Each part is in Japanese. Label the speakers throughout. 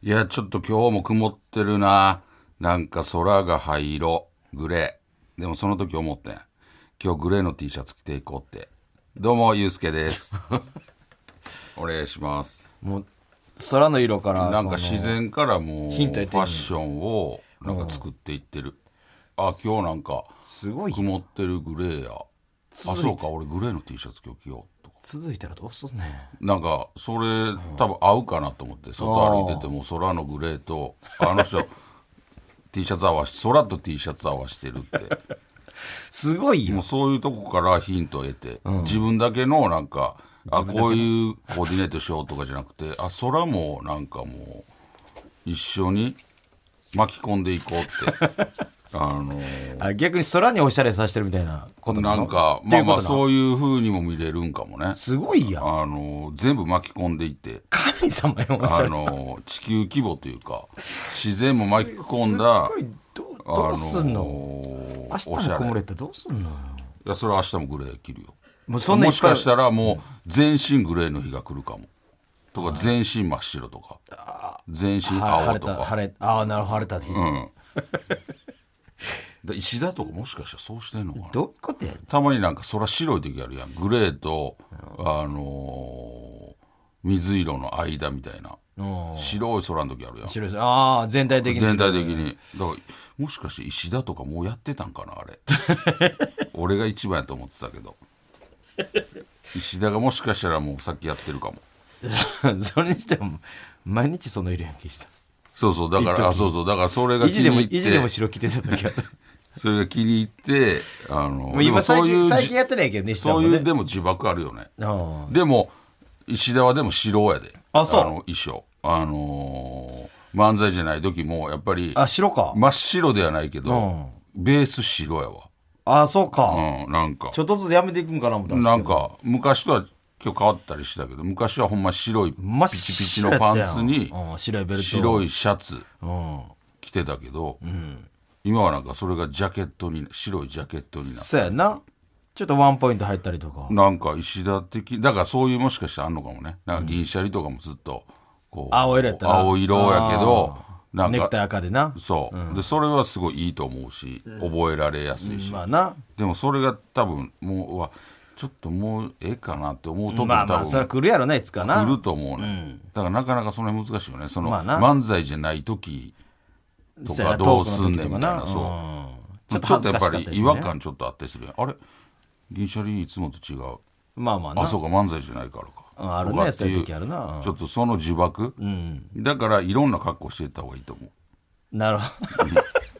Speaker 1: いや、ちょっと今日も曇ってるな。なんか空が灰色、グレー。でもその時思ってん。今日グレーの T シャツ着ていこうって。どうも、ゆうす けです。お願いします。
Speaker 2: もう、空の色から。
Speaker 1: なんか自然からもう、フ
Speaker 2: ヒントや
Speaker 1: ァ
Speaker 2: ってんねん
Speaker 1: ッションをなんか作っていってる。あ、今日なんか
Speaker 2: すごい
Speaker 1: 曇ってるグレーや。あ、
Speaker 2: 続いて
Speaker 1: そうか、俺グレーの T シャツ今日着ようとか。
Speaker 2: 続いたらどうすんねん。
Speaker 1: なんかそれ多分合うかなと思って外歩いてても空のグレーとあの人 T シャツ合わし空と T シャツ合わして るって
Speaker 2: すごい
Speaker 1: も
Speaker 2: よ
Speaker 1: う。そういうとこからヒントを得て、自分だけのなんかあこういうコーディネートしようとかじゃなくてあ空もなんかもう一緒に巻き込んでいこうって あの
Speaker 2: あ逆に空におしゃれさせてるみたいなこと
Speaker 1: な
Speaker 2: の
Speaker 1: んか
Speaker 2: って
Speaker 1: ま
Speaker 2: い
Speaker 1: あ
Speaker 2: う
Speaker 1: ま
Speaker 2: こ
Speaker 1: あ
Speaker 2: とな
Speaker 1: そういう風にも見れるんかもね
Speaker 2: すごいやん。
Speaker 1: あの全部巻き込んでいって
Speaker 2: 神様よ、おし
Speaker 1: あ
Speaker 2: ゃれ。
Speaker 1: の地球規模というか自然も巻き込んだ
Speaker 2: すっごいどどうすん
Speaker 1: あ
Speaker 2: の
Speaker 1: の
Speaker 2: 明日
Speaker 1: おし
Speaker 2: も
Speaker 1: ゃれ
Speaker 2: 曇れ
Speaker 1: い
Speaker 2: ってどうすんのよ
Speaker 1: やそれは明日もグレー着るよ
Speaker 2: もうそんないっ
Speaker 1: も
Speaker 2: ぱい
Speaker 1: しかしたらもう全身グレーの日が来るかもとか全身真っ白とか全身
Speaker 2: は晴
Speaker 1: 青
Speaker 2: れ
Speaker 1: と
Speaker 2: た、
Speaker 1: か
Speaker 2: 晴れ、ああ、なるほど、晴れた日。
Speaker 1: で石田とかもしかしたらそうしてんのかな
Speaker 2: どういうことや
Speaker 1: たまになんか空白い時あるやんグレーとあのー水色の間みたいな
Speaker 2: うん。
Speaker 1: 白い空の時あるやん
Speaker 2: 白いああ、全体的に白い。
Speaker 1: 全体的にだからもしかして石田とかもうやってたんかなあれ 俺が一番やと思ってたけど石田がもしかしたらもうさっきやってるかも
Speaker 2: それにしても、毎日その色やんけした。
Speaker 1: そうそうだか
Speaker 2: 一時
Speaker 1: らあそうそうだからそれが
Speaker 2: 意
Speaker 1: 気
Speaker 2: 地でも、
Speaker 1: に
Speaker 2: 意
Speaker 1: 入っ
Speaker 2: 地でも
Speaker 1: て
Speaker 2: 白着てた時あった。
Speaker 1: それが気に入ってあの
Speaker 2: もう今
Speaker 1: でも
Speaker 2: 最
Speaker 1: そういう
Speaker 2: 近、
Speaker 1: じ
Speaker 2: 最近やってないけどね、
Speaker 1: そういう
Speaker 2: で
Speaker 1: でも自爆あるよね
Speaker 2: も。
Speaker 1: でも石田はでも白やで
Speaker 2: あそう
Speaker 1: の衣装あのー漫才じゃない時もやっぱり
Speaker 2: あ、白か。
Speaker 1: 真っ白ではないけど、ベース白やわ
Speaker 2: あ、そうか。
Speaker 1: うんなんか
Speaker 2: ちょっとずつやめていくんかな思ったんです
Speaker 1: な
Speaker 2: け
Speaker 1: ん
Speaker 2: ど。
Speaker 1: か昔とは今日変わったりしたけど昔はほんま白いピ
Speaker 2: 真っ
Speaker 1: チピチ
Speaker 2: 白や
Speaker 1: の
Speaker 2: った
Speaker 1: パ
Speaker 2: やん
Speaker 1: ンツに
Speaker 2: うん白いベルト。
Speaker 1: 白
Speaker 2: い。
Speaker 1: いシャツ着てたけど、今はなんかそれがジャケットに白いジャケットにな
Speaker 2: そうやな。ちょっとワンポイント入ったりとか。
Speaker 1: なんか石田的だからそういうもしかしたらあんのかもねなんか銀シャリとかもずっとこう
Speaker 2: 青色やったな
Speaker 1: 青色やけどなん
Speaker 2: ネクタイ
Speaker 1: か
Speaker 2: 赤でな。
Speaker 1: そう、でそれはすごいいいと思うし覚えられやすいし、
Speaker 2: まあな。
Speaker 1: でもそれが多分もううわちょっともうええかなって思う時も多分、
Speaker 2: まあまあ、それは来るやろな、いつかな。
Speaker 1: 来ると思うね、だからなかなかその辺難しいよねその、
Speaker 2: まあな
Speaker 1: 漫才じゃない時と
Speaker 2: そうや
Speaker 1: か
Speaker 2: な
Speaker 1: どうすんねん
Speaker 2: トーク
Speaker 1: みたい
Speaker 2: の時とかな
Speaker 1: なそう、
Speaker 2: うん
Speaker 1: ちょ
Speaker 2: ちょ
Speaker 1: っと
Speaker 2: っと恥ずか
Speaker 1: やっ
Speaker 2: しか
Speaker 1: ぱ
Speaker 2: ったですね
Speaker 1: り違和感ちょっとあってするやんあれ銀シャリいつもと違う
Speaker 2: まあまあな。
Speaker 1: あそうか漫才じゃないからか
Speaker 2: うんあるね
Speaker 1: とかっていう
Speaker 2: そういう時あるなうん
Speaker 1: ちょっとその呪縛、だからいろんな格好していった方がいいと思う
Speaker 2: なるほど。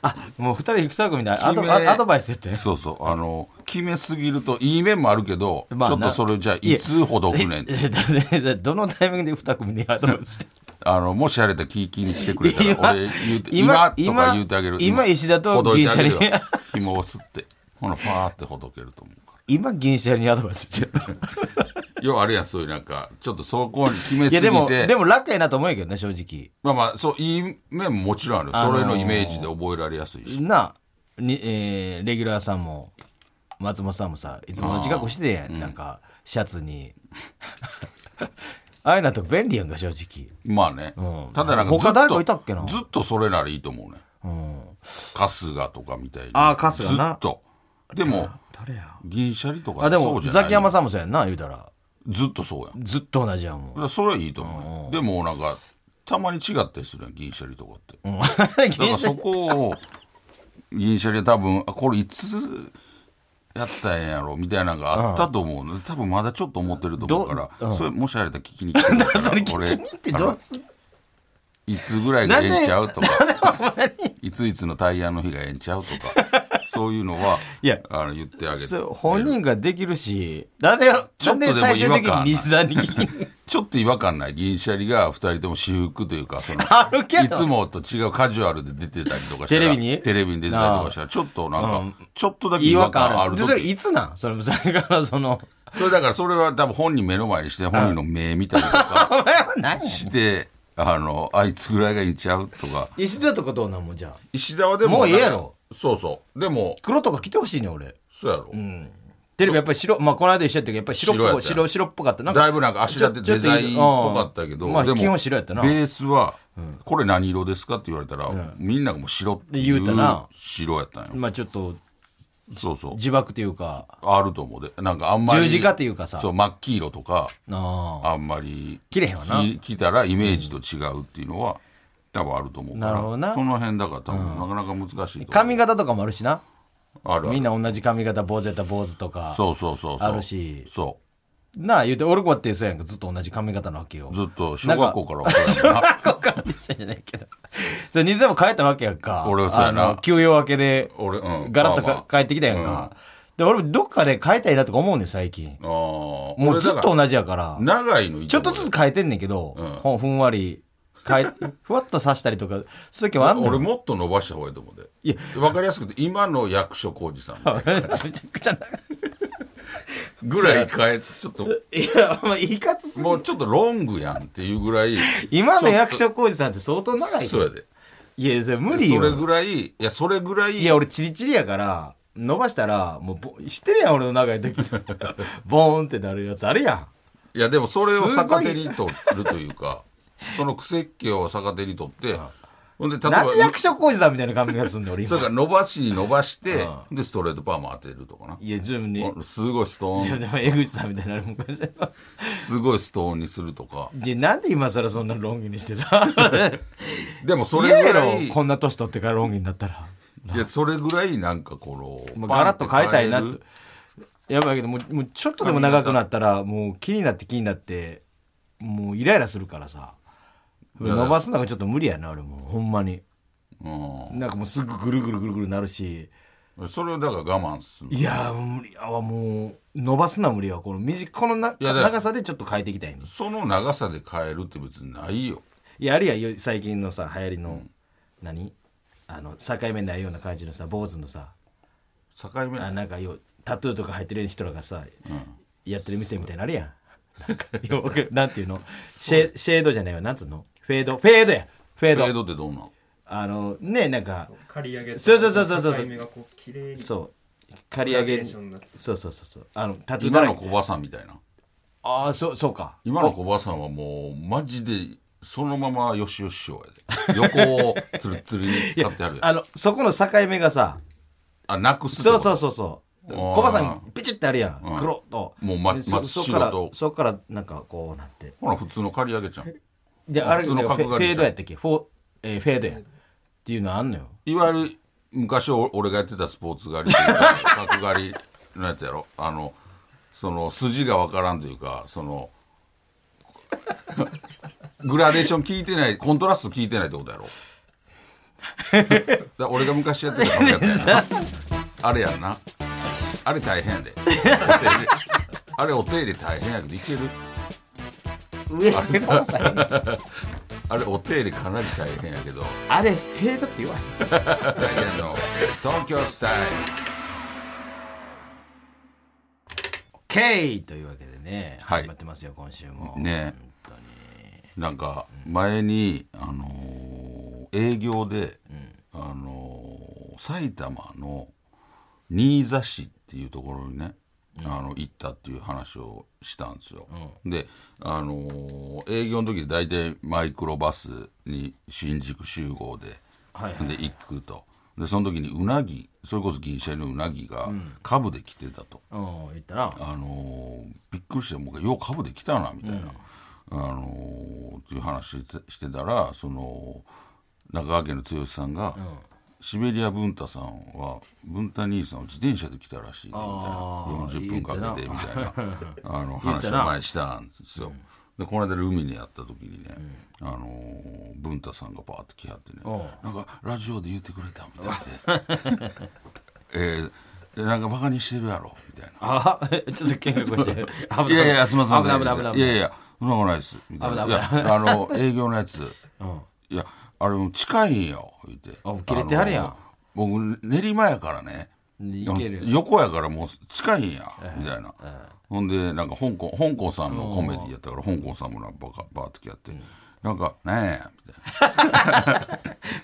Speaker 2: あ、もう二人二組で ア
Speaker 1: 決
Speaker 2: ド
Speaker 1: め
Speaker 2: アアドバイスやって。
Speaker 1: そうそうあの決めすぎるといい面もあるけど、
Speaker 2: まあ
Speaker 1: ちょ
Speaker 2: な
Speaker 1: っとそれじゃあいつほどくねんって
Speaker 2: えどのタイミングで二組でアドバイス して。
Speaker 1: あの、もしあれたら聞きに来てくれ た
Speaker 2: 今
Speaker 1: ら、俺言うて、今と
Speaker 2: 今
Speaker 1: か言うてあげる。
Speaker 2: 今石田と
Speaker 1: ほどいてあげるよ
Speaker 2: 銀シャリ
Speaker 1: 紐を吸って。ほな、ファーってほどけると思うか
Speaker 2: 今、銀シャリにアドバイスしてる。
Speaker 1: ら。要はあれやん、そういうなんか、ちょっとそこに決め
Speaker 2: い
Speaker 1: す
Speaker 2: や、
Speaker 1: ぎて。
Speaker 2: でも、でも楽やなと思うけどね、正直。
Speaker 1: まあまあ、そう、いい面ももちろんある。
Speaker 2: あのー
Speaker 1: それのイメージで覚えられやすいし。
Speaker 2: なあに、えーレギュラーさんも松本さんもさいつもの自覚してなんかシャツに、 ああいうのと便利やんか正直、
Speaker 1: まあね
Speaker 2: うん。
Speaker 1: ただなんかずっと、
Speaker 2: 他誰かいたっけな
Speaker 1: ずっとそれならいいと思うね。
Speaker 2: うん、
Speaker 1: 春日とかみたいに。
Speaker 2: あー春日な
Speaker 1: ずっと。でも、
Speaker 2: 誰や
Speaker 1: 銀シャリとか
Speaker 2: あで
Speaker 1: そ
Speaker 2: も
Speaker 1: うじゃな
Speaker 2: ザ
Speaker 1: い
Speaker 2: キヤマさんもそうやんな言うたら
Speaker 1: ずっとそうやん。
Speaker 2: ずっと同じやんも
Speaker 1: だからそれはいいと思う、ね、でもなんかたまに違ったりするやん銀シャリとかって
Speaker 2: う、うん
Speaker 1: だからそこを銀シャリは多分あこれいつやったんやろみたいなのがあったと思うの、多分まだちょっ と思ってると思うから、それもしあれたら聞きに来てくれたら
Speaker 2: それ聞きに行ってどうすん
Speaker 1: いつぐらいがええんちゃうと か、いついつのタイヤの日がええんちゃうとか、そう いうのは、
Speaker 2: いや
Speaker 1: あの言ってあげて。
Speaker 2: そう本人ができるし、なんで、なんで最終的に西さんに聞き
Speaker 1: ちょっと違和感ない。銀シャリが二人とも私服というか、その、
Speaker 2: あるけど
Speaker 1: いつもと違うカジュアルで出てたりとかしたら、
Speaker 2: テレビに
Speaker 1: テレビに出てたりとかしたら、ちょっとなんか、ちょっとだけ
Speaker 2: 違
Speaker 1: 違
Speaker 2: 和
Speaker 1: 和感
Speaker 2: 感
Speaker 1: あ
Speaker 2: ある。
Speaker 1: る
Speaker 2: で
Speaker 1: 時
Speaker 2: それいつなんそれもさ、だからその、
Speaker 1: それだからそれは多分本人目の前にして、本人の目見たりと
Speaker 2: お
Speaker 1: か
Speaker 2: 前は何やねん
Speaker 1: して、あの、あいつぐらいがいいんちゃうとか。
Speaker 2: 石田とかどうなんもんじゃあ。
Speaker 1: 石田はでも、
Speaker 2: もうええやろ。
Speaker 1: そうそう。でも、
Speaker 2: 黒とか着てほしいねん俺。
Speaker 1: そうやろ。
Speaker 2: テレビやっぱり白、まあこの間一緒やったけど、やっぱり白っぽ
Speaker 1: 白や
Speaker 2: い、
Speaker 1: った
Speaker 2: 白、白っぽかった。なんか
Speaker 1: だいぶなんか足立ってデザインっぽかった
Speaker 2: ちょちょっとい
Speaker 1: けど、
Speaker 2: いうんまあ
Speaker 1: でも
Speaker 2: 基本白やったな
Speaker 1: ベースは、これ何色ですかって言われたら、みんながもう白ってい
Speaker 2: 言うたな
Speaker 1: 白やったんよ。
Speaker 2: まあちょっと
Speaker 1: そうそう。
Speaker 2: 自爆というか、
Speaker 1: あると思うで。なんかあんまり。
Speaker 2: 十字架っていうかさ
Speaker 1: そう、真っ黄色とか、
Speaker 2: ああ。
Speaker 1: あんまり。
Speaker 2: 切れへんわな
Speaker 1: き着たらイメージと違うっていうのは、多分あると思うから。
Speaker 2: なるほどな
Speaker 1: その辺だから多分、なかなか難しいと思う。
Speaker 2: 髪型とかもあるしな。
Speaker 1: あるある
Speaker 2: みんな同じ髪型、坊主やったら坊主とか。
Speaker 1: そうそうそうそう。
Speaker 2: あるし
Speaker 1: そ
Speaker 2: なあ、言うて、俺子ってそうやんか、ずっと同じ髪型なわけよ。
Speaker 1: う。ずっと小学校からはそうやもんな
Speaker 2: 学校から一緒じゃないけど。それ、水でも帰ったわけやんか。
Speaker 1: 俺はそうやな
Speaker 2: あの休養明けで、
Speaker 1: 俺うん
Speaker 2: ガラッと
Speaker 1: まあま
Speaker 2: か
Speaker 1: あ
Speaker 2: 帰ってきたやんか。で、俺もどっかで変えたいなとか思うねん、最近。
Speaker 1: あー
Speaker 2: もう
Speaker 1: 俺
Speaker 2: ず
Speaker 1: だ
Speaker 2: っ
Speaker 1: から
Speaker 2: と同じやから。
Speaker 1: 長いのい
Speaker 2: ちょっとずつ変えてんねんけど、
Speaker 1: ん
Speaker 2: ほんふんわり、変え、ふわっ と刺したりとか、そういう時もあんの
Speaker 1: 俺もっと伸ばした方がいいと思う
Speaker 2: いや
Speaker 1: で。わかりやすくて、今の役所広司さん
Speaker 2: めちゃくちゃ長い。
Speaker 1: ぐらい変え、ちょ っと、
Speaker 2: いや、お前、いかつすぎ
Speaker 1: もうちょっとロングやんっていうぐらい。
Speaker 2: 今の役所広司さんって相当長いよ
Speaker 1: そうやで。
Speaker 2: いや、それ無理
Speaker 1: そ
Speaker 2: よ。
Speaker 1: れぐらい、いや、それぐらい、
Speaker 2: いや、俺、チリチリやから、伸ばしたら、もうぼ、知ってるやん、俺の長い時。 ボーンってなるやつあるや
Speaker 1: いやでもそれを逆手に取るというか、 その癖っ気を逆手に取って、ほんで、例
Speaker 2: ん。
Speaker 1: え
Speaker 2: な
Speaker 1: ば
Speaker 2: んで、役所広司さんみたいな髪型すんねん、俺
Speaker 1: それ
Speaker 2: 今。
Speaker 1: から伸ばしに伸ばして、で、ストレートパーマ当てるとかな。
Speaker 2: いや、自分ね。
Speaker 1: すごいスト
Speaker 2: い
Speaker 1: ー
Speaker 2: や
Speaker 1: ン、
Speaker 2: でも、江口さんみたいになるもんかしら。
Speaker 1: すごいストーンにするとか。
Speaker 2: いや、なんで今更そんなロン毛にしてさ。
Speaker 1: でもそれ
Speaker 2: 嫌や
Speaker 1: ぐら
Speaker 2: ろ
Speaker 1: い、、い
Speaker 2: こんな年取ってからロン毛になったら。
Speaker 1: や、それぐらいなんかこの、
Speaker 2: もうガラッと変えたいな
Speaker 1: パンっ
Speaker 2: と
Speaker 1: て。
Speaker 2: やばいけどもう、もうちょっとでも長くなったら、もう気になって気になって、もうイライラするからさ。
Speaker 1: や
Speaker 2: 伸ばすのがちょっと無理やな、俺もう。ほんまに。
Speaker 1: 変える
Speaker 2: なんかもうすぐぐるぐるぐるぐるなるし。
Speaker 1: うん。それをだから我慢する。
Speaker 2: いやー、無理やわ、もう。伸ばすな無理やわ。この短、このない
Speaker 1: やだから
Speaker 2: 長さでちょっと変えていきたいね。
Speaker 1: その長さで変えるって別にないよ。
Speaker 2: いや、あるやんよ、最近のさ、流行りの、何あの、境目ないような感じのさ、坊主のさ、
Speaker 1: 境目
Speaker 2: あなんかよタトゥーとか入ってる人らがさ、やってる店みたいになのあるやんなんかよくなんていうのシェシェードじゃないわなんつうのフェードフェードやフェー
Speaker 1: フ
Speaker 2: ド
Speaker 1: ェードってどうなの
Speaker 2: あのねなんか
Speaker 3: 刈り上げと
Speaker 2: そうそうそうそうそう
Speaker 3: 境目がこう綺麗に
Speaker 2: そう刈り上
Speaker 3: グラ
Speaker 2: げ
Speaker 3: デーションになって
Speaker 2: そうそうそうそうあのタトゥーだ
Speaker 1: 今
Speaker 2: ら
Speaker 1: の
Speaker 2: け
Speaker 1: 小葉さんみたいな。
Speaker 2: ああそうそうか
Speaker 1: 今の小林さんはもうマジでそのままよしよししようやで横をつるつるに
Speaker 2: い
Speaker 1: 立
Speaker 2: や
Speaker 1: ってあるやん
Speaker 2: あのそこの境目がさ
Speaker 1: あなくす
Speaker 2: そうそううそうそう
Speaker 1: あー
Speaker 2: 小葉さんピチってあるやん、黒と
Speaker 1: もうま
Speaker 2: で
Speaker 1: 真っ
Speaker 2: そそっ
Speaker 1: 白
Speaker 2: から
Speaker 1: と
Speaker 2: そっからなんかこうなって
Speaker 1: ほら普通の刈り上げちゃん
Speaker 2: であれ
Speaker 1: 普
Speaker 2: フ
Speaker 1: 通の
Speaker 2: ェフ
Speaker 1: 角刈りじ
Speaker 2: ェ
Speaker 1: ゃん
Speaker 2: ードやったっけフォー、えーフェードやっていうのあんのよ
Speaker 1: いわゆる昔お俺がやってたスポーツ狩りというか角刈りのやつやろ あのその筋がわからんというかその グラデーション聞いてないコントラスト聞いてないってことやろだから俺が昔やってた髪型やなあれやんなあれ大変やでお手入れあれお手入れ大変やけどいける
Speaker 2: 上あれ
Speaker 1: あれお手入れかなり大変やけど
Speaker 2: あれフェードって言わへん
Speaker 1: ダイアンの東京スタイル
Speaker 2: OK というわけでね
Speaker 1: はい
Speaker 2: 始まってますよ今週も
Speaker 1: ねなんか前に、あのー営業で、あのー埼玉の新座市っていうところにね、あの行ったっていう話をしたんですよ、で、あのー営業の時大体マイクロバスに新宿集合で、
Speaker 2: はいはい
Speaker 1: で行くとでその時にうなぎそれこそ銀シャリのうなぎが株で来てたと、
Speaker 2: うん言ったな
Speaker 1: あのーびっくりしてもうよう株で来たなみたいな、あのーっていう話してしてたらその中川家の剛さんが、シベリア文太さんは文太兄さんを自転車で来たらしいねみたいな
Speaker 2: あー
Speaker 1: 40分かけてみたいな あの
Speaker 2: 言ってた
Speaker 1: 話を
Speaker 2: な
Speaker 1: 前にしたんですよ。でこの間ルミネやった時にね、あのー文太さんがバーって来はってねなんかラジオで言ってくれたみたい でえーでなんかバカにしてるやろみたいな
Speaker 2: ああ、ちょっと見学して。危ない
Speaker 1: いやいや、すみません。
Speaker 2: 危ない危ない危ない。
Speaker 1: いやいや、そんなことないです。みたいな。
Speaker 2: 危な
Speaker 1: い
Speaker 2: い
Speaker 1: や、あの、営業のやつ。いや、あれもう近いんよ、言って。
Speaker 2: あ切れてはるやん
Speaker 1: あの。僕、練馬やからね。
Speaker 2: いける
Speaker 1: 横やからもう近いんや、みたいな。ほんで、なんか香港、香港さんのコメディやったから、香港さんもなんかバカバーってきやって。なんか、ねえ、みたいな。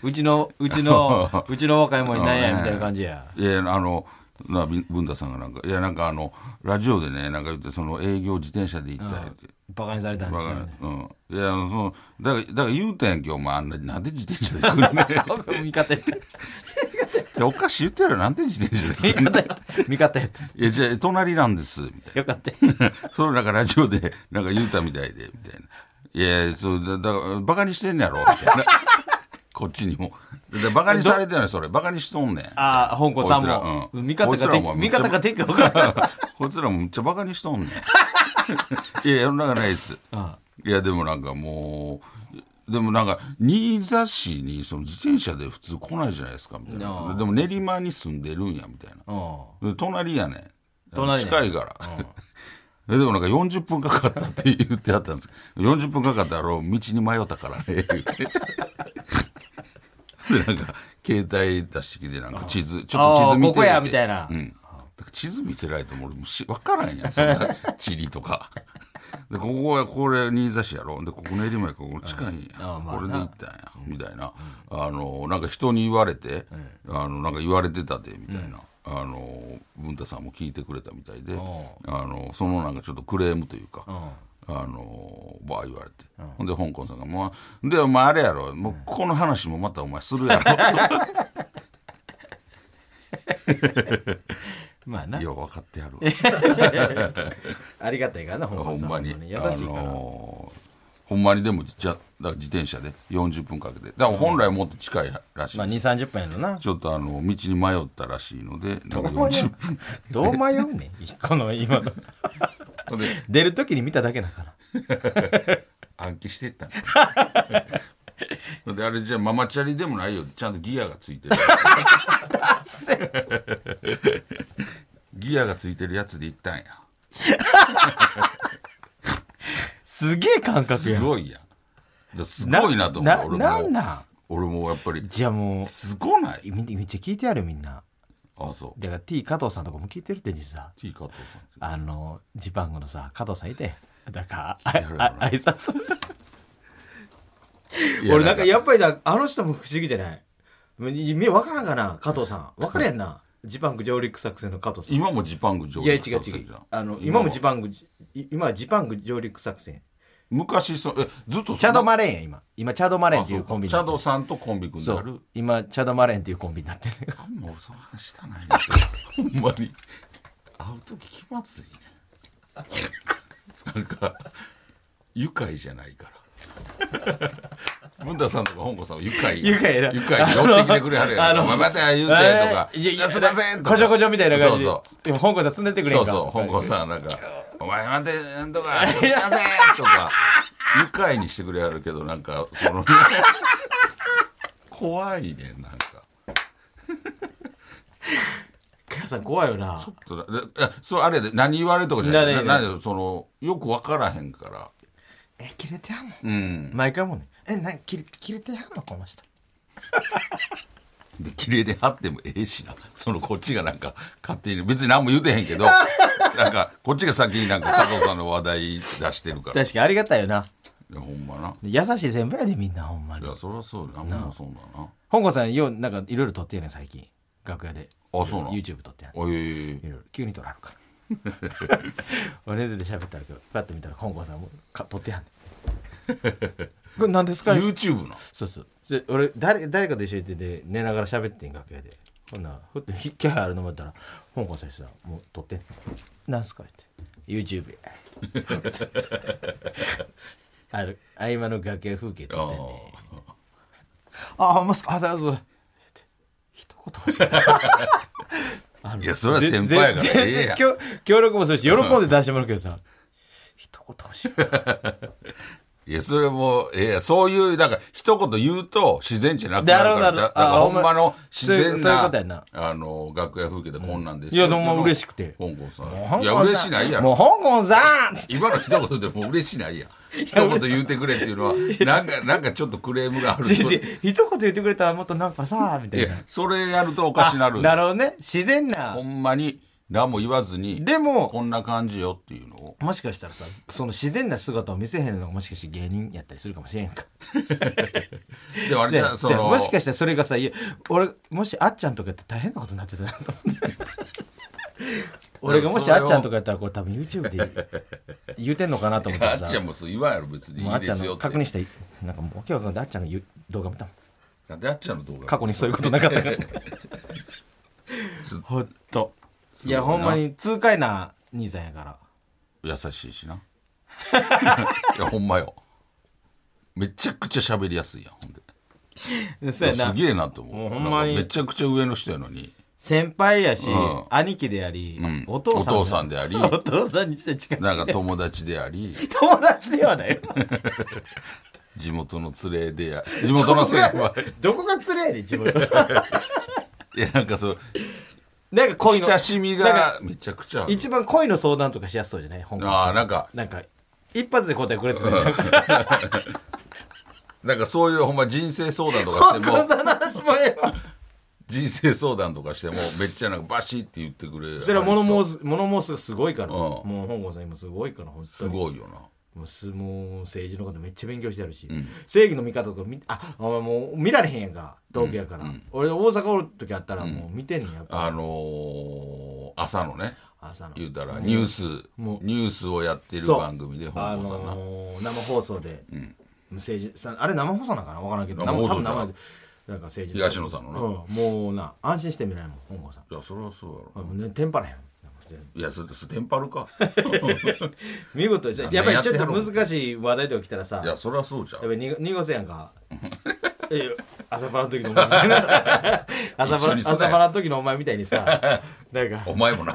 Speaker 2: うちの、うち の、うちの若いもんいないや、みたいな感じや。
Speaker 1: いやあのなぶ文太さんがなんか「いやなんかあのラジオでねなんか言ってその営業自転車で行った」って、
Speaker 2: バカにされたんですよね。
Speaker 1: うん、いやそのだからだから言うたやんけお前あんななんで自転車で来るね ん
Speaker 2: 味方やった。
Speaker 1: っておかしい言ってやろなんで自転車で来る
Speaker 2: 味方やった。味方やった。
Speaker 1: いやじゃあ隣なんですみたい
Speaker 2: よかった。
Speaker 1: な それなんかラジオでなんか言うたみたいでみたいないやそうだだからバカにしてんねやろみたいな こっちにもでバカにされてないそれバカにしとんねん
Speaker 2: ああ、香港さんも
Speaker 1: こい。つらうん
Speaker 2: 味方
Speaker 1: こいつ
Speaker 2: が
Speaker 1: ら
Speaker 2: 敵、
Speaker 1: も
Speaker 2: 味方が敵か分からん。
Speaker 1: こいつらもめっちゃバカにしとんねん いや世の中ないですいやでもなんかもうでもなんか新座市にその自転車で普通来ないじゃないですかみたいなでも練馬に住んでるんやみたいな
Speaker 2: う
Speaker 1: で隣やねん
Speaker 2: 隣ね
Speaker 1: 近いから、え でもなんか40分かかったって言ってあったんですけど40分かかったら道に迷ったからね言って でなんか携帯出してきてなんか地図ちょっと地図見
Speaker 2: あー
Speaker 1: て
Speaker 2: ここやみたいな
Speaker 1: うん、だから地図見せられても俺もし分からんやんそん な地理とかでここはこれ新座市やろでここのエリマやからここ近いんや、これで行ったんや、みたいな、あのなんか人に言われて、あのなんか言われてたでみたいな、あの文太さんも聞いてくれたみたいで、あのそのなんかちょっとクレームというか、あのバー言われて、ほんで香港さんが「もうでお前あれやろもうこの話もまたお前するやろ」
Speaker 2: まあな。
Speaker 1: よう分かってやるわ
Speaker 2: ありがたいからな、香
Speaker 1: ほ
Speaker 2: 港
Speaker 1: ん
Speaker 2: さん
Speaker 1: ま
Speaker 2: も
Speaker 1: に、
Speaker 2: ね。優しいから。
Speaker 1: あのーほんまにでもじゃだから自転車で40分かけてだから本来もっと近いらしい
Speaker 2: まあ、
Speaker 1: で
Speaker 2: 2、
Speaker 1: す、
Speaker 2: 30分やろな。
Speaker 1: ちょっとあの道に迷ったらしいのでなんか
Speaker 2: どう迷う
Speaker 1: 40分
Speaker 2: どう迷うねん。 この今の。
Speaker 1: で
Speaker 2: 出るときに見ただけだから。
Speaker 1: 暗記していった のであれじゃあママチャリでもないよちゃんとギアがつい てるギアがついてるやつで行ったんや
Speaker 2: すげえ感覚
Speaker 1: す
Speaker 2: やん。
Speaker 1: ごいやんだからすごいなと思う
Speaker 2: な
Speaker 1: 俺も
Speaker 2: なんなん
Speaker 1: 俺もやっぱり
Speaker 2: じゃあも
Speaker 1: すごな
Speaker 2: う、
Speaker 1: い
Speaker 2: みめっちゃ聞いてやるみんな。
Speaker 1: あそう
Speaker 2: だから T 加藤さんとかも聞いてるって実は。
Speaker 1: T 加藤さん
Speaker 2: あの、ジパングのさ、加藤さんいて。だから、あ
Speaker 1: 聞いてやるよな
Speaker 2: あ挨拶もさ
Speaker 1: いや
Speaker 2: 俺なんかやっぱりだ、あの人も不思議じゃない目分からんかな、加藤さん。分からんやんな。ジパング上陸作戦の加藤さん。
Speaker 1: 今もジパング上
Speaker 2: いや違
Speaker 1: 陸
Speaker 2: う
Speaker 1: 作
Speaker 2: 違
Speaker 1: 戦
Speaker 2: う
Speaker 1: じゃん。
Speaker 2: あの、今もジ
Speaker 1: ン
Speaker 2: パング、い今はジパング上陸作戦。
Speaker 1: 昔そえずっと
Speaker 2: チャド・
Speaker 1: マ
Speaker 2: マレーンや、今。今、チャド・マレーンっていうコンビに
Speaker 1: チ
Speaker 2: な
Speaker 1: ャ
Speaker 2: って
Speaker 1: ド
Speaker 2: る
Speaker 1: さんとコンビ組んで
Speaker 2: そ
Speaker 1: あ
Speaker 2: う
Speaker 1: る。
Speaker 2: 今、チャド・マレーンっていうコンビになってる。
Speaker 1: もうその話したないんですよほんまに会うとき気まずいねなんか愉快じゃないから文太さんとか本郷さんは愉快
Speaker 2: 愉快やな
Speaker 1: 愉快に寄ってきてくれはるや
Speaker 2: あ
Speaker 1: ろ
Speaker 2: の
Speaker 1: お前また言うてとか
Speaker 2: えーいやいや
Speaker 1: すいませんとか
Speaker 2: こちょこちょみたいな感じで
Speaker 1: そうそう
Speaker 2: でも香港さんつねってくれ
Speaker 1: そ
Speaker 2: ん
Speaker 1: う
Speaker 2: か
Speaker 1: そう香港さんなんか「お前待て」なんとか「すいません」とか愉快にしてくれはるけどなんかその怖いねなんか。
Speaker 2: 母さん怖いよな
Speaker 1: それえそれあれで何言われるとかじゃない
Speaker 2: 何
Speaker 1: ななんでそのよく分からへんから
Speaker 2: え切れてはんの
Speaker 1: うん
Speaker 2: 毎回もうねえな切れ切れてはんのこの人
Speaker 1: で綺麗であってもええしなそのこっちがなんか勝手に別に何も言うてへんけどなんかこっちが先になんか加藤さんの話題出してるからい
Speaker 2: 確かにありがたいよな
Speaker 1: やほんまな
Speaker 2: 優しい先輩やでみんなほんま
Speaker 1: い
Speaker 2: に
Speaker 1: やそりゃそうやなもうそんなな
Speaker 2: 香港さんようなんかいろいろ撮ってるね最近楽屋で
Speaker 1: あそうなの
Speaker 2: YouTube 撮ってやん
Speaker 1: おい
Speaker 2: いろいろ急に撮らはるから 俺出て喋ったら今日パッと見たら香港さんもか撮ってやんねんこれ何ですか
Speaker 1: YouTube な
Speaker 2: そうそうそれ俺誰誰かと一緒にいてて寝ながら喋ってん楽屋でほんならふっと引き合いあるのもったら香港先生もう撮ってんなんすか?」言って「YouTube や」 ある合間の楽屋風景撮ってんねああマスクあだず一言欲しい
Speaker 1: いやそれは先輩やから
Speaker 2: 全
Speaker 1: ええ
Speaker 2: 然
Speaker 1: やん
Speaker 2: 協協力もするし喜んで出してもらうけどさ一言欲しい。
Speaker 1: いや、それも、えやそういう、なんか、一言言うと、自然じゃなくなるか
Speaker 2: なるほど
Speaker 1: ら、じゃだから
Speaker 2: あ
Speaker 1: ほんまの自
Speaker 2: そういう
Speaker 1: 然
Speaker 2: そういう
Speaker 1: な、
Speaker 2: ことやな
Speaker 1: あの、楽屋風景でこんなんです
Speaker 2: いや、でも嬉しくて。
Speaker 1: 香港さ
Speaker 2: 香港さ
Speaker 1: ん。
Speaker 2: ん
Speaker 1: いや、嬉しないやろ。
Speaker 2: もう香港さん
Speaker 1: 今の一言でも嬉しないやん。一言言うてくれっていうのは、な んか、なんかちょっとクレームがある。
Speaker 2: ちち一言言ってくれたらもっとなんかさ、みた
Speaker 1: い
Speaker 2: い
Speaker 1: や
Speaker 2: な。、
Speaker 1: それやるとおかしなる。
Speaker 2: あなるほどね。自然な
Speaker 1: ほ。んまに、何も言わずに、
Speaker 2: でも、
Speaker 1: こんな感じよっていうのを。
Speaker 2: もしかしたらさ、その自然な姿を見せへんのがもしかして芸人やったりするかもしれんやんか。
Speaker 1: でもあれじゃ、
Speaker 2: そ
Speaker 1: そ
Speaker 2: や
Speaker 1: の、
Speaker 2: もしかしたらそれがさ、いや、俺、もしあっちゃんとかやったら大変なことになってたなと思って。俺がもしあっちゃんとかやったら、これ多分 YouTube で言うてんのかなと思って
Speaker 1: あ
Speaker 2: さ。
Speaker 1: っちゃんもそう言わんやろ、別に。
Speaker 2: もう
Speaker 1: い
Speaker 2: あ
Speaker 1: い
Speaker 2: っち
Speaker 1: で
Speaker 2: ゃん
Speaker 1: すよ
Speaker 2: の
Speaker 1: って
Speaker 2: 確。認したいなんかもうわけわかんないあっちゃんが言う動画見たもん
Speaker 1: なんであっちゃんの動画
Speaker 2: 過去にそういうことなか ったからほっといや
Speaker 1: すご
Speaker 2: ほ
Speaker 1: いなん
Speaker 2: まに痛快な兄さんやから
Speaker 1: 優しいしな いやほんまよめちゃくちゃ喋りやすいやんほんで
Speaker 2: でそうや
Speaker 1: いや
Speaker 2: な
Speaker 1: すげえなと思
Speaker 2: も
Speaker 1: う
Speaker 2: うほんまに
Speaker 1: なんかめちゃくちゃ上の人やのに、
Speaker 2: 先輩やし、
Speaker 1: うん
Speaker 2: 兄貴であり、
Speaker 1: うん
Speaker 2: お父さん
Speaker 1: お父さんであり
Speaker 2: お父さんにして近い
Speaker 1: なんか友達であり
Speaker 2: 友達ではないよ
Speaker 1: 地元の連れでや 地元の先輩
Speaker 2: どこがつれやねん自分
Speaker 1: いやなんかそう
Speaker 2: なんか恋の
Speaker 1: 親し
Speaker 2: な
Speaker 1: み
Speaker 2: んか
Speaker 1: がめちゃくちゃある
Speaker 2: 一番恋の相談とかしやすそうじゃない本
Speaker 1: あーなんか
Speaker 2: なんか一発で答えくれてたよね
Speaker 1: なんかそういうほんま人生相談とか
Speaker 2: 本
Speaker 1: しても
Speaker 2: 郷さんの話もええわ
Speaker 1: 人生相談とかしてもめっちゃなんかバシって言ってくれる
Speaker 2: それは物申す、物申すがすごいから、
Speaker 1: うん
Speaker 2: もう香港さん今すごいから、本当
Speaker 1: す
Speaker 2: に。
Speaker 1: ごいよな
Speaker 2: もうすもう政治のことめっちゃ勉強してあるし、正義の味方とか見、あ、お前もう見られへんやんか、東京やから。俺大阪おる時あったらもう見てんねん、やっぱ、
Speaker 1: あのー朝のね
Speaker 2: 朝の。
Speaker 1: 言うたらニュース
Speaker 2: もう
Speaker 1: ニュースをやってる
Speaker 2: そう
Speaker 1: 番組で香
Speaker 2: あ
Speaker 1: 港さんな、
Speaker 2: のー生放送で、政治さあれ生放送なんかなわからんけど、
Speaker 1: 生放送
Speaker 2: 多分
Speaker 1: じゃん
Speaker 2: 生でなんか政治
Speaker 1: 東野さんの
Speaker 2: うん、もうな、安心して見られんもん、香港さん。
Speaker 1: いやそれはそうやろ、
Speaker 2: あもうね、テンパらへん。全部
Speaker 1: いやそれそれテンパる か
Speaker 2: 見事ですやっぱりちょっと難しい話題とか来たらさ
Speaker 1: い、やそれはそうじゃん
Speaker 2: やっぱり濁濁せやん か。いや朝パラの時のお前み たいな朝パ
Speaker 1: 一緒
Speaker 2: ラ
Speaker 1: にすなよ
Speaker 2: 朝パラの時のお前みたいにさ、なんか
Speaker 1: お前もな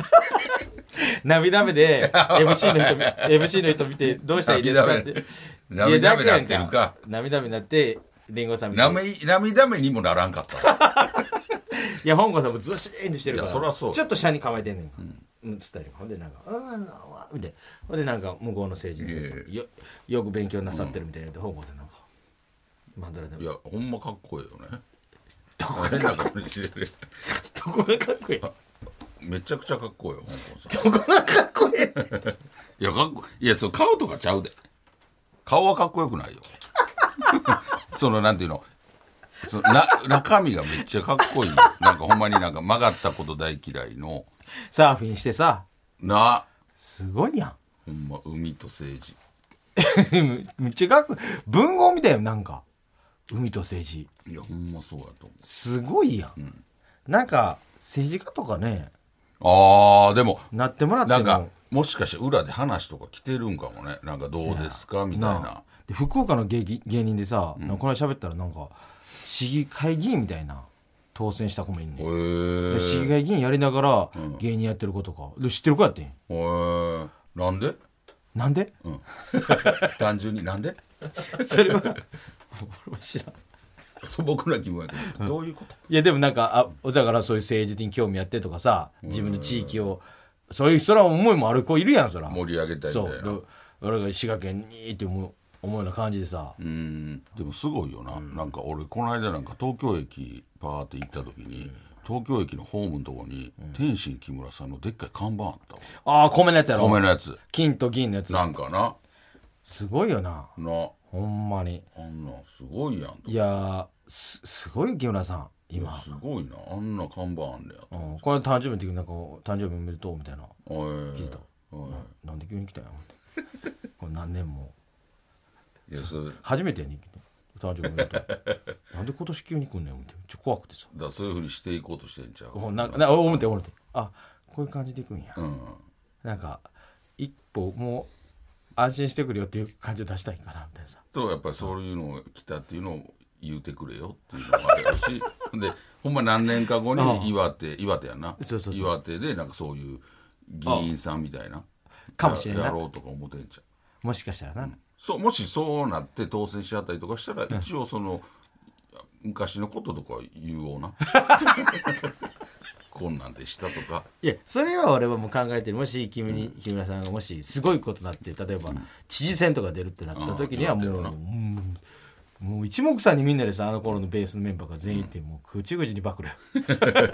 Speaker 2: 涙目で MC の人見 MC の人見てどうしたらいいですかって。
Speaker 1: 涙目
Speaker 2: いや
Speaker 1: 涙目になってるか。
Speaker 2: 涙目になってリンゴさんみたい
Speaker 1: な
Speaker 2: に。
Speaker 1: め涙目にもならんかった
Speaker 2: いや香港さんもずっしりとしてるから。
Speaker 1: いやそらそう
Speaker 2: ちょっと下に構えてんねんか。うん、スタイルほんでなんか「うんうんうん」みたいなほんでなんか向こうの政治の人さよよく勉強なさってるみたいな言うて香港さんなんかまんざらでも
Speaker 1: い
Speaker 2: ど
Speaker 1: やほんまかっこいいよね
Speaker 2: こ
Speaker 1: 変な顔してる
Speaker 2: こがかっこいい
Speaker 1: めちゃくちゃかっこいいよ香港さん
Speaker 2: どこがかっこいい
Speaker 1: いやかっこいやそう顔とかちゃうで顔はかっこよくないよ そのなんていうのそのな中身がめっちゃかっこいいのなんかほんまになんか曲がったこと大嫌いの
Speaker 2: サーフィンしてさ
Speaker 1: な
Speaker 2: すご いや
Speaker 1: ほんま海と政治
Speaker 2: んめっちゃかっこいい文豪みたいよなんか海と政治
Speaker 1: いやほんまそうやと
Speaker 2: すごいやん、なんか政治家とかね
Speaker 1: 思うあーでも
Speaker 2: なってもらって
Speaker 1: な
Speaker 2: も
Speaker 1: んかもしかして裏で話とか来てるんかもねなんかどうですかみたいな
Speaker 2: あで福岡の芸芸人でさ、なんかこの間喋ったらなんか市議会議員みたいな当選した子もいんね
Speaker 1: へ
Speaker 2: ん
Speaker 1: え
Speaker 2: で市議会議員やりながら芸人やってる子とか、で知ってる子やってん
Speaker 1: へーなんで
Speaker 2: なん で
Speaker 1: 単純になんで
Speaker 2: それは俺も知らん
Speaker 1: 素朴な疑問やけどどういうこと
Speaker 2: いやでもなんかあだからそういう政治に興味あってとかさ自分の地域をそういうそら思いもある子いるやんそら
Speaker 1: 盛り上げたいみ
Speaker 2: そ
Speaker 1: たいな
Speaker 2: うで俺が滋賀県にって思う思うような感じでさ、
Speaker 1: うんでもすごいよな、なんか俺この間なんか東京駅パーって行った時に、東京駅のホームのとこに、天心木村さんのでっかい看板あったわ
Speaker 2: ああ米のやつやろ
Speaker 1: 米のやつ
Speaker 2: 金と銀のやつ
Speaker 1: なんかな
Speaker 2: すごいよな
Speaker 1: な
Speaker 2: ほんまに
Speaker 1: あんなんすごいやんと
Speaker 2: いやーすすごい木村さん今、
Speaker 1: すごいなあんな看板あんねやと
Speaker 2: うん、これ誕生日の時になんか誕生日おめでとうみたいな
Speaker 1: 聞い
Speaker 2: たなんで急に来たんやろって これ何年も
Speaker 1: いやそう
Speaker 2: 初めてやねんけど誕生日おめでと うなんで今年急に来んねん思ってちょ怖くてさ
Speaker 1: だそういうふうにしていこうとしてんちゃう
Speaker 2: もうなんかな思って思ってあこういう感じでいくんや、
Speaker 1: うん
Speaker 2: なんか一歩もう安心してくれよっていう感じを出したいんかなみたいなさ
Speaker 1: とやっぱりそういうのを来たっていうのを言うてくれよっていうのが あるしでほんま何年か後に岩手岩手やんな
Speaker 2: そうそうそう
Speaker 1: 岩手でなんかそういう議員さんみたいな
Speaker 2: かもしれんな
Speaker 1: やろうとか思ってんちゃう
Speaker 2: もしかしたらな、
Speaker 1: そうもしそうなって当選しあったりとかしたら一応その、昔のこととか言お うなこんなんでしたとか
Speaker 2: いやそれは俺はもう考えてるもし君に木村さんがもしすごいことになって例えば知事選とか出るってなった時には
Speaker 1: うん
Speaker 2: もう、
Speaker 1: なってる
Speaker 2: うんもう一目散にみんなでさあの頃のベースのメンバーが全員ってもう口々に暴露よ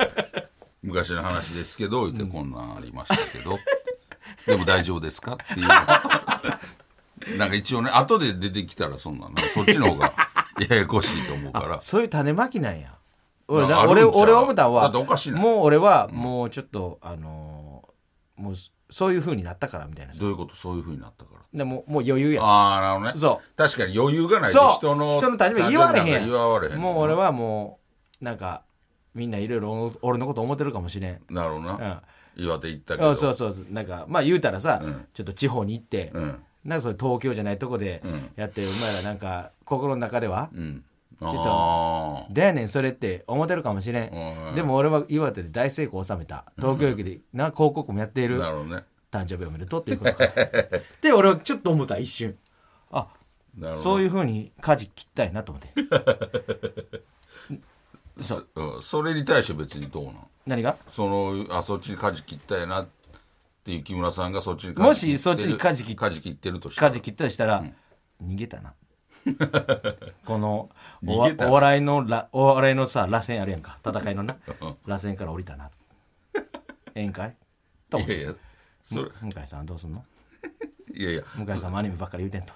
Speaker 1: 昔の話ですけど言ってこんなんありましたけど、でも大丈夫ですかっていうなんか一応ね後で出てきたらそんなのそっちの 方がややこしいと思うから
Speaker 2: そういう種まきなんや俺
Speaker 1: まあ
Speaker 2: な
Speaker 1: あるんち
Speaker 2: 俺
Speaker 1: ゃう
Speaker 2: 俺は思ったんは
Speaker 1: だっておかしいな
Speaker 2: もう俺はもうちょっと、あのーもうそういう風になったからみたいな
Speaker 1: どういうことそういうふうになったから
Speaker 2: でもうもう余裕や
Speaker 1: ああなるほどね
Speaker 2: そう
Speaker 1: 確かに余裕がないと
Speaker 2: そう
Speaker 1: 人の
Speaker 2: 立場言われへんやん
Speaker 1: 言われへん
Speaker 2: もう俺はもうなんかみんないろいろ俺のこと思ってるかもしれん
Speaker 1: なるほど
Speaker 2: う
Speaker 1: な、
Speaker 2: ん
Speaker 1: 岩手行ったけど
Speaker 2: あそうそうそうなんかまあ言うたらさ、
Speaker 1: うん
Speaker 2: ちょっと地方に行って、
Speaker 1: うん
Speaker 2: なんかそれ東京じゃないとこで
Speaker 1: うん
Speaker 2: やってる、お前らなんか心の中では
Speaker 1: うんあ
Speaker 2: っと
Speaker 1: あ
Speaker 2: 「だよねんそれ」って思ってるかもしれ
Speaker 1: うんん
Speaker 2: でも俺は岩手で大成功を収めた東京駅でな広告もやっている
Speaker 1: なるほどね
Speaker 2: 誕生日おめでとうっていうことかで俺はちょっと思った一瞬あ
Speaker 1: なるほど
Speaker 2: そういうふうに舵切ったいなと思ってそう
Speaker 1: うんそれに対して別にどうなん
Speaker 2: 何が
Speaker 1: そのあそっちに舵切ったやなっていう木村さんがそっちに舵切ってる
Speaker 2: もしそっちに舵切っ
Speaker 1: 舵切ってるとしたら
Speaker 2: 舵切ったとしたら、逃げた なこのお
Speaker 1: 逃げたな
Speaker 2: お笑いのらお笑いのさ螺旋あるやんか戦いの な
Speaker 1: うん
Speaker 2: 螺旋から降りた な宴会と
Speaker 1: いやいやそれ
Speaker 2: 向井さんどうすんの
Speaker 1: いやいや
Speaker 2: 向井さんもアニメばっかり言うてんと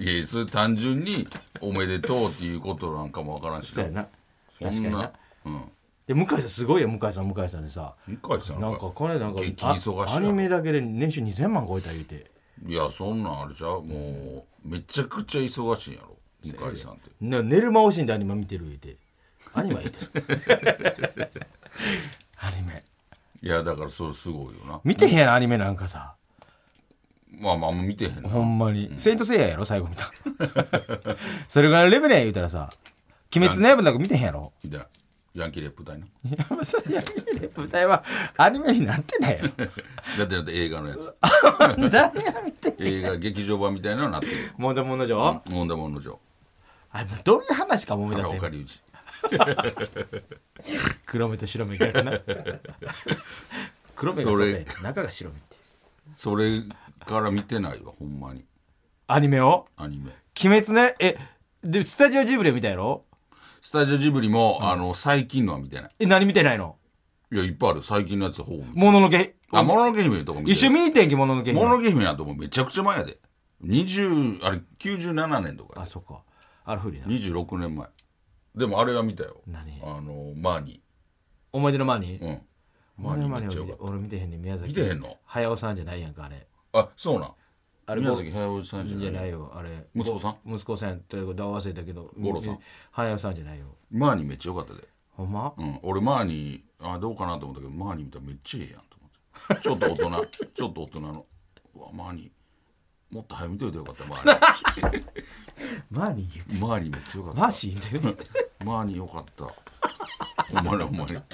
Speaker 1: いやいやそれ単純におめでとうっていうことなんかもわからんし
Speaker 2: そうやな
Speaker 1: そん
Speaker 2: 確かにな
Speaker 1: うん
Speaker 2: で向井さんすごいよ向井さん向井さんでさ
Speaker 1: 向井さん
Speaker 2: なんかこれなんか
Speaker 1: 激
Speaker 2: あ
Speaker 1: 忙しいやろ
Speaker 2: アニメだけで年収2000万超えた言うて
Speaker 1: いやそんなんあれじゃうもうめちゃくちゃ忙しいんやろ向井さんって
Speaker 2: な寝る間惜しんでアニメ見てる言うてアニメ言うてる アニメ
Speaker 1: いやだからそれすごいよな
Speaker 2: 見てへんやんアニメなんかさ
Speaker 1: まあまああんま見てへんな
Speaker 2: ほんまに。セイントセイヤやろ最後見た。 それぐらいのレベルや言うたらさ、鬼滅の刃なんか見てへんやろ
Speaker 1: みたいなヤンキーレップ隊な
Speaker 2: それ 舞台はアニメになってないや
Speaker 1: だってだって映画 のやつ
Speaker 2: ろ。誰が見て
Speaker 1: 映画劇場版みたいなのになってる
Speaker 2: もんだもんのじょ
Speaker 1: 飲んだもんの上
Speaker 2: あれ、もうどういう話か思い出
Speaker 1: 原
Speaker 2: せん
Speaker 1: 岡。隆二
Speaker 2: 黒目と白目がいる な。黒目が
Speaker 1: そ
Speaker 2: そう
Speaker 1: れ
Speaker 2: で、中が白目っていう。
Speaker 1: それから見てないわほんまに
Speaker 2: アニメを
Speaker 1: アニメ
Speaker 2: 鬼滅ね、え、で、スタジオジブリは見たやろ
Speaker 1: スタジオジブリも、あの最近のは見てない
Speaker 2: え、何見てないの
Speaker 1: いやいっぱいある最近のやつほぼ見て
Speaker 2: もののけ。
Speaker 1: あもののけ姫とか見て
Speaker 2: 一緒に見に行ってんけ、もののけ。
Speaker 1: もののけ姫なんてもうめちゃくちゃ前やで20あれ97年とか
Speaker 2: あ、そっか。あるふりな。
Speaker 1: 26年前でもあれは見たよ
Speaker 2: 何
Speaker 1: あのマーニ
Speaker 2: 思い出の前に
Speaker 1: ーうんマ
Speaker 2: マ
Speaker 1: ー
Speaker 2: ニ
Speaker 1: ニー
Speaker 2: マ
Speaker 1: め
Speaker 2: ニ
Speaker 1: っちゃ
Speaker 2: 俺見て
Speaker 1: よかっ
Speaker 2: 俺見てへんねん宮崎
Speaker 1: 見てへんの
Speaker 2: 駿さんじゃないやんかあれ
Speaker 1: たあそうなん
Speaker 2: あれ
Speaker 1: 宮崎駿さんじ
Speaker 2: じゃ
Speaker 1: ゃな
Speaker 2: ない
Speaker 1: い
Speaker 2: よあれ
Speaker 1: 息子さん
Speaker 2: 息子さんということは忘れたけど
Speaker 1: 五郎さん
Speaker 2: 駿さんじゃないよ
Speaker 1: マーニーめっちゃよかったで
Speaker 2: ほんま
Speaker 1: うん、俺マーニーあどうかなと思ったけどマーニー見たらめっちゃええやんと思ってちょっと大 人ちょっと大人のうわマーニーもっと早見といてよかったマーニ
Speaker 2: マーニー言う
Speaker 1: ーマーニーめっちゃよかった
Speaker 2: マーシーみたいな
Speaker 1: マーニーよかったお前らお前ら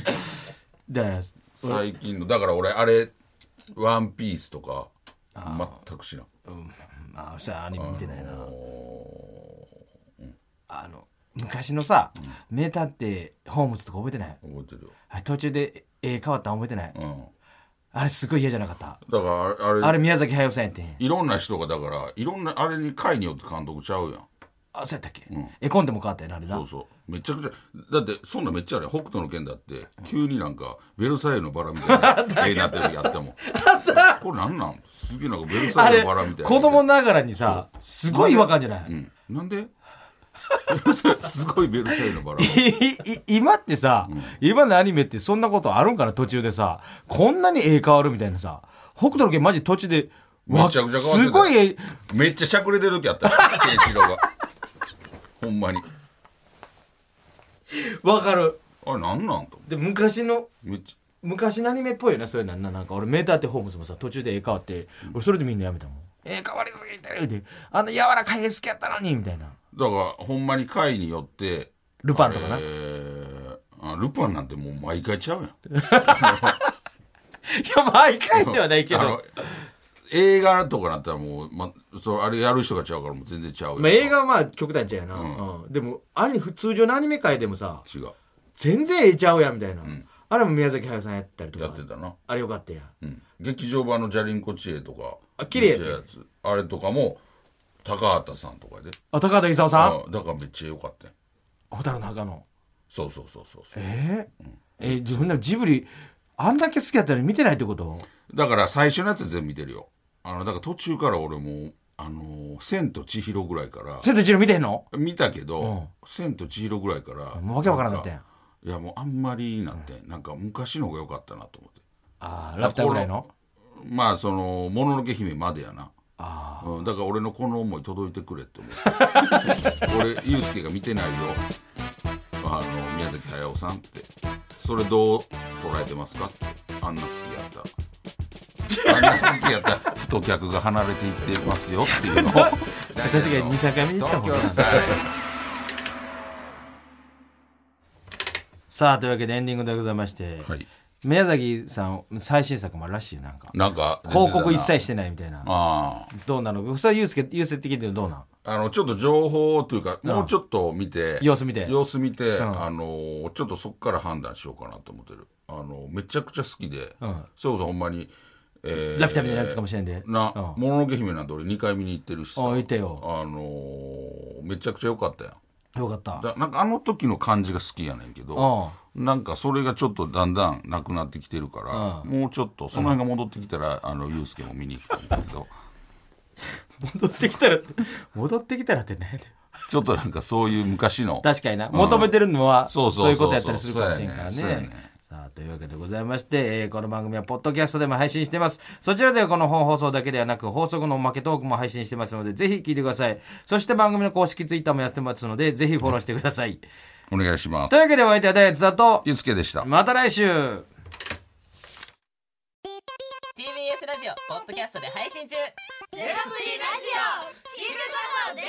Speaker 2: だから
Speaker 1: 最近のだから俺あれ「ワンピースとか全く知らん
Speaker 2: まあそしたアニメ見てないな
Speaker 1: お
Speaker 2: あの昔のさ名探偵ホームズとか覚えてない
Speaker 1: ー覚えてるよ、
Speaker 2: あれ途中で絵変わったん覚えてない
Speaker 1: うん、
Speaker 2: あれすごい嫌じゃなかった
Speaker 1: だからあれあれ
Speaker 2: あれ宮崎駿さんやってん
Speaker 1: いろんな人がだからいろんなあれに回によって監督ちゃうやん
Speaker 2: あそうやったっけ絵コンテも変わったよなあれな
Speaker 1: そうそうめちゃくちゃだってそんなんめっちゃあれ北斗の拳だって急になんか「ベルサイユのバラ」みたい な絵になってる時あってもこれなんなんすげえなんか「ベル
Speaker 2: あ
Speaker 1: サイユ
Speaker 2: れ
Speaker 1: のバラ」みたいな
Speaker 2: 子供ながらにさすごい違和感じゃない
Speaker 1: うんなんで すごい「ベルサイユのバラ」
Speaker 2: いい 今ってさ、今のアニメってそんなことあるんかな途中でさこんなに絵変わるみたいなさ北斗の拳マジ途中でわ
Speaker 1: めちゃくちゃ変わってた
Speaker 2: すごい絵
Speaker 1: めっちゃしゃくれてる時あったよケンシロウがほんまに
Speaker 2: わかる
Speaker 1: あれなんなんと思って
Speaker 2: で昔の
Speaker 1: めっちゃ
Speaker 2: 昔のアニメっぽいよねそういうのななんか俺メーターってホームズもさ途中で絵変わって、俺それでみんなやめたもん絵変わりすぎてるであの柔らかい絵好きやったのにみたいな
Speaker 1: だからほんまに回によって
Speaker 2: ルパンとかな
Speaker 1: あれあルパンなんてもう毎 回ちゃうやん
Speaker 2: いや毎回ではないけ
Speaker 1: あの
Speaker 2: ど
Speaker 1: 映画とかなったらもう、ま、それあれやる人がちゃうからもう全然ちゃうよ、
Speaker 4: まあ、映画はまあ極端ちゃうやな、うんでもアニ通常のアニメ界でもさ
Speaker 1: 違う
Speaker 4: 全然ええちゃうやんみたいな、あれも宮崎駿さんやったりとか
Speaker 1: やってたな、
Speaker 4: あれよかったやん
Speaker 1: うん、劇場版の「ジャリンコ知恵」とか
Speaker 4: あ綺麗やで
Speaker 1: めっちゃやつあれとかも高畑さんとかやで
Speaker 4: あ高畑勲さん
Speaker 1: あだからめっちゃ良かったよ
Speaker 4: 蛍の墓の
Speaker 1: そうそうそうそうそう
Speaker 4: えーえー自分でもジブリあんだけ好きやったのに見てないってこと
Speaker 1: だから最初のやつ全部見てるよあのだから途中から俺もうあのー千と千尋」ぐらいから
Speaker 4: 千と千尋見てへんの
Speaker 1: 見たけど、千と千尋ぐらいから
Speaker 4: もうわけわからんかったやん
Speaker 1: かいやもうあんまりなって、なんか昔の方が良かったなと思って
Speaker 4: ああラピュタぐらいの
Speaker 1: まあその「もののけ姫」までやなうん、だから俺のこの思い届いてくれって思う 俺ユうスケが見てないよあの宮崎駿さんってそれどう捉えてますかってあんな好きやったあんな好きやったふと客が離れていってますよっていうのを確
Speaker 4: 確かに二三回見に行ったもんな
Speaker 1: 東京スタイル
Speaker 2: さあというわけでエンディングでございまして、
Speaker 1: はい
Speaker 2: 宮崎さん最新作もあるらしいよなんか
Speaker 1: なんか
Speaker 2: 広告一切
Speaker 1: し
Speaker 2: してないみたいな
Speaker 1: ああ
Speaker 2: どうなのそれはユースケユースケ的にはどうなん
Speaker 1: あのちょっと情報というか、もうちょっと見て
Speaker 2: 様子見て
Speaker 1: 様子見て、
Speaker 2: ん
Speaker 1: あのちょっとそこから判断しようかなと思ってるあのめちゃくちゃ好きで、
Speaker 2: ん
Speaker 1: それこそほんまに、えー
Speaker 2: ラピュタみたいなやつかもしれんで
Speaker 1: な
Speaker 2: うん
Speaker 1: 「もののけ姫」なんて俺2回見に行ってるしさ
Speaker 2: あ行ったよ
Speaker 1: あのめちゃくちゃ良かったやん
Speaker 2: よかった
Speaker 1: だなんかあの時の感じが好きやねんけど、なんかそれがちょっとだんだんなくなってきてるから、もうちょっとその辺が戻ってきたら、あのユースケも見に行きたいんだけど
Speaker 2: 戻ってきたら戻ってきたらってね
Speaker 1: ちょっとなんかそういう昔の
Speaker 2: 確かにな求めてるのは
Speaker 1: そうそ
Speaker 2: そ
Speaker 1: う
Speaker 2: ういうことやったりするかもし
Speaker 1: そ
Speaker 2: れ
Speaker 1: う
Speaker 2: ん
Speaker 1: やね
Speaker 2: から
Speaker 1: そうや
Speaker 2: ね
Speaker 1: ね
Speaker 2: さあというわけでございまして、えーこの番組はポッドキャストでも配信してますそちらではこの本放送だけではなく放送後のおまけトークも配信してますのでぜひ聞いてくださいそして番組の公式ツイッターもやってますのでぜひフォローしてください
Speaker 1: お願いします
Speaker 2: というわけでお相手はダイエットだと
Speaker 1: ゆつけでした。
Speaker 2: また来週
Speaker 5: TBS ラジオポッドキャストで配信中ゼロプリラジオ聞くことできる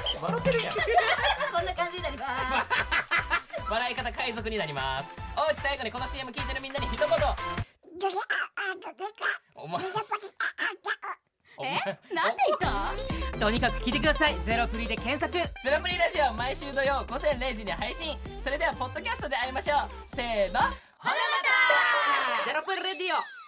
Speaker 5: 笑ってるやん
Speaker 6: こんな感じになります。
Speaker 5: 笑い方海賊になりますおうち最後にこの CM 聞いてるみんなに一言お前お前
Speaker 6: なんで言った？とにかく聞いてください。ゼロプリで検索。
Speaker 5: ゼロプリラジオ毎週土曜午前0時に配信それではポッドキャストで会いましょうせーのほなまた
Speaker 6: ゼロプリレディオ。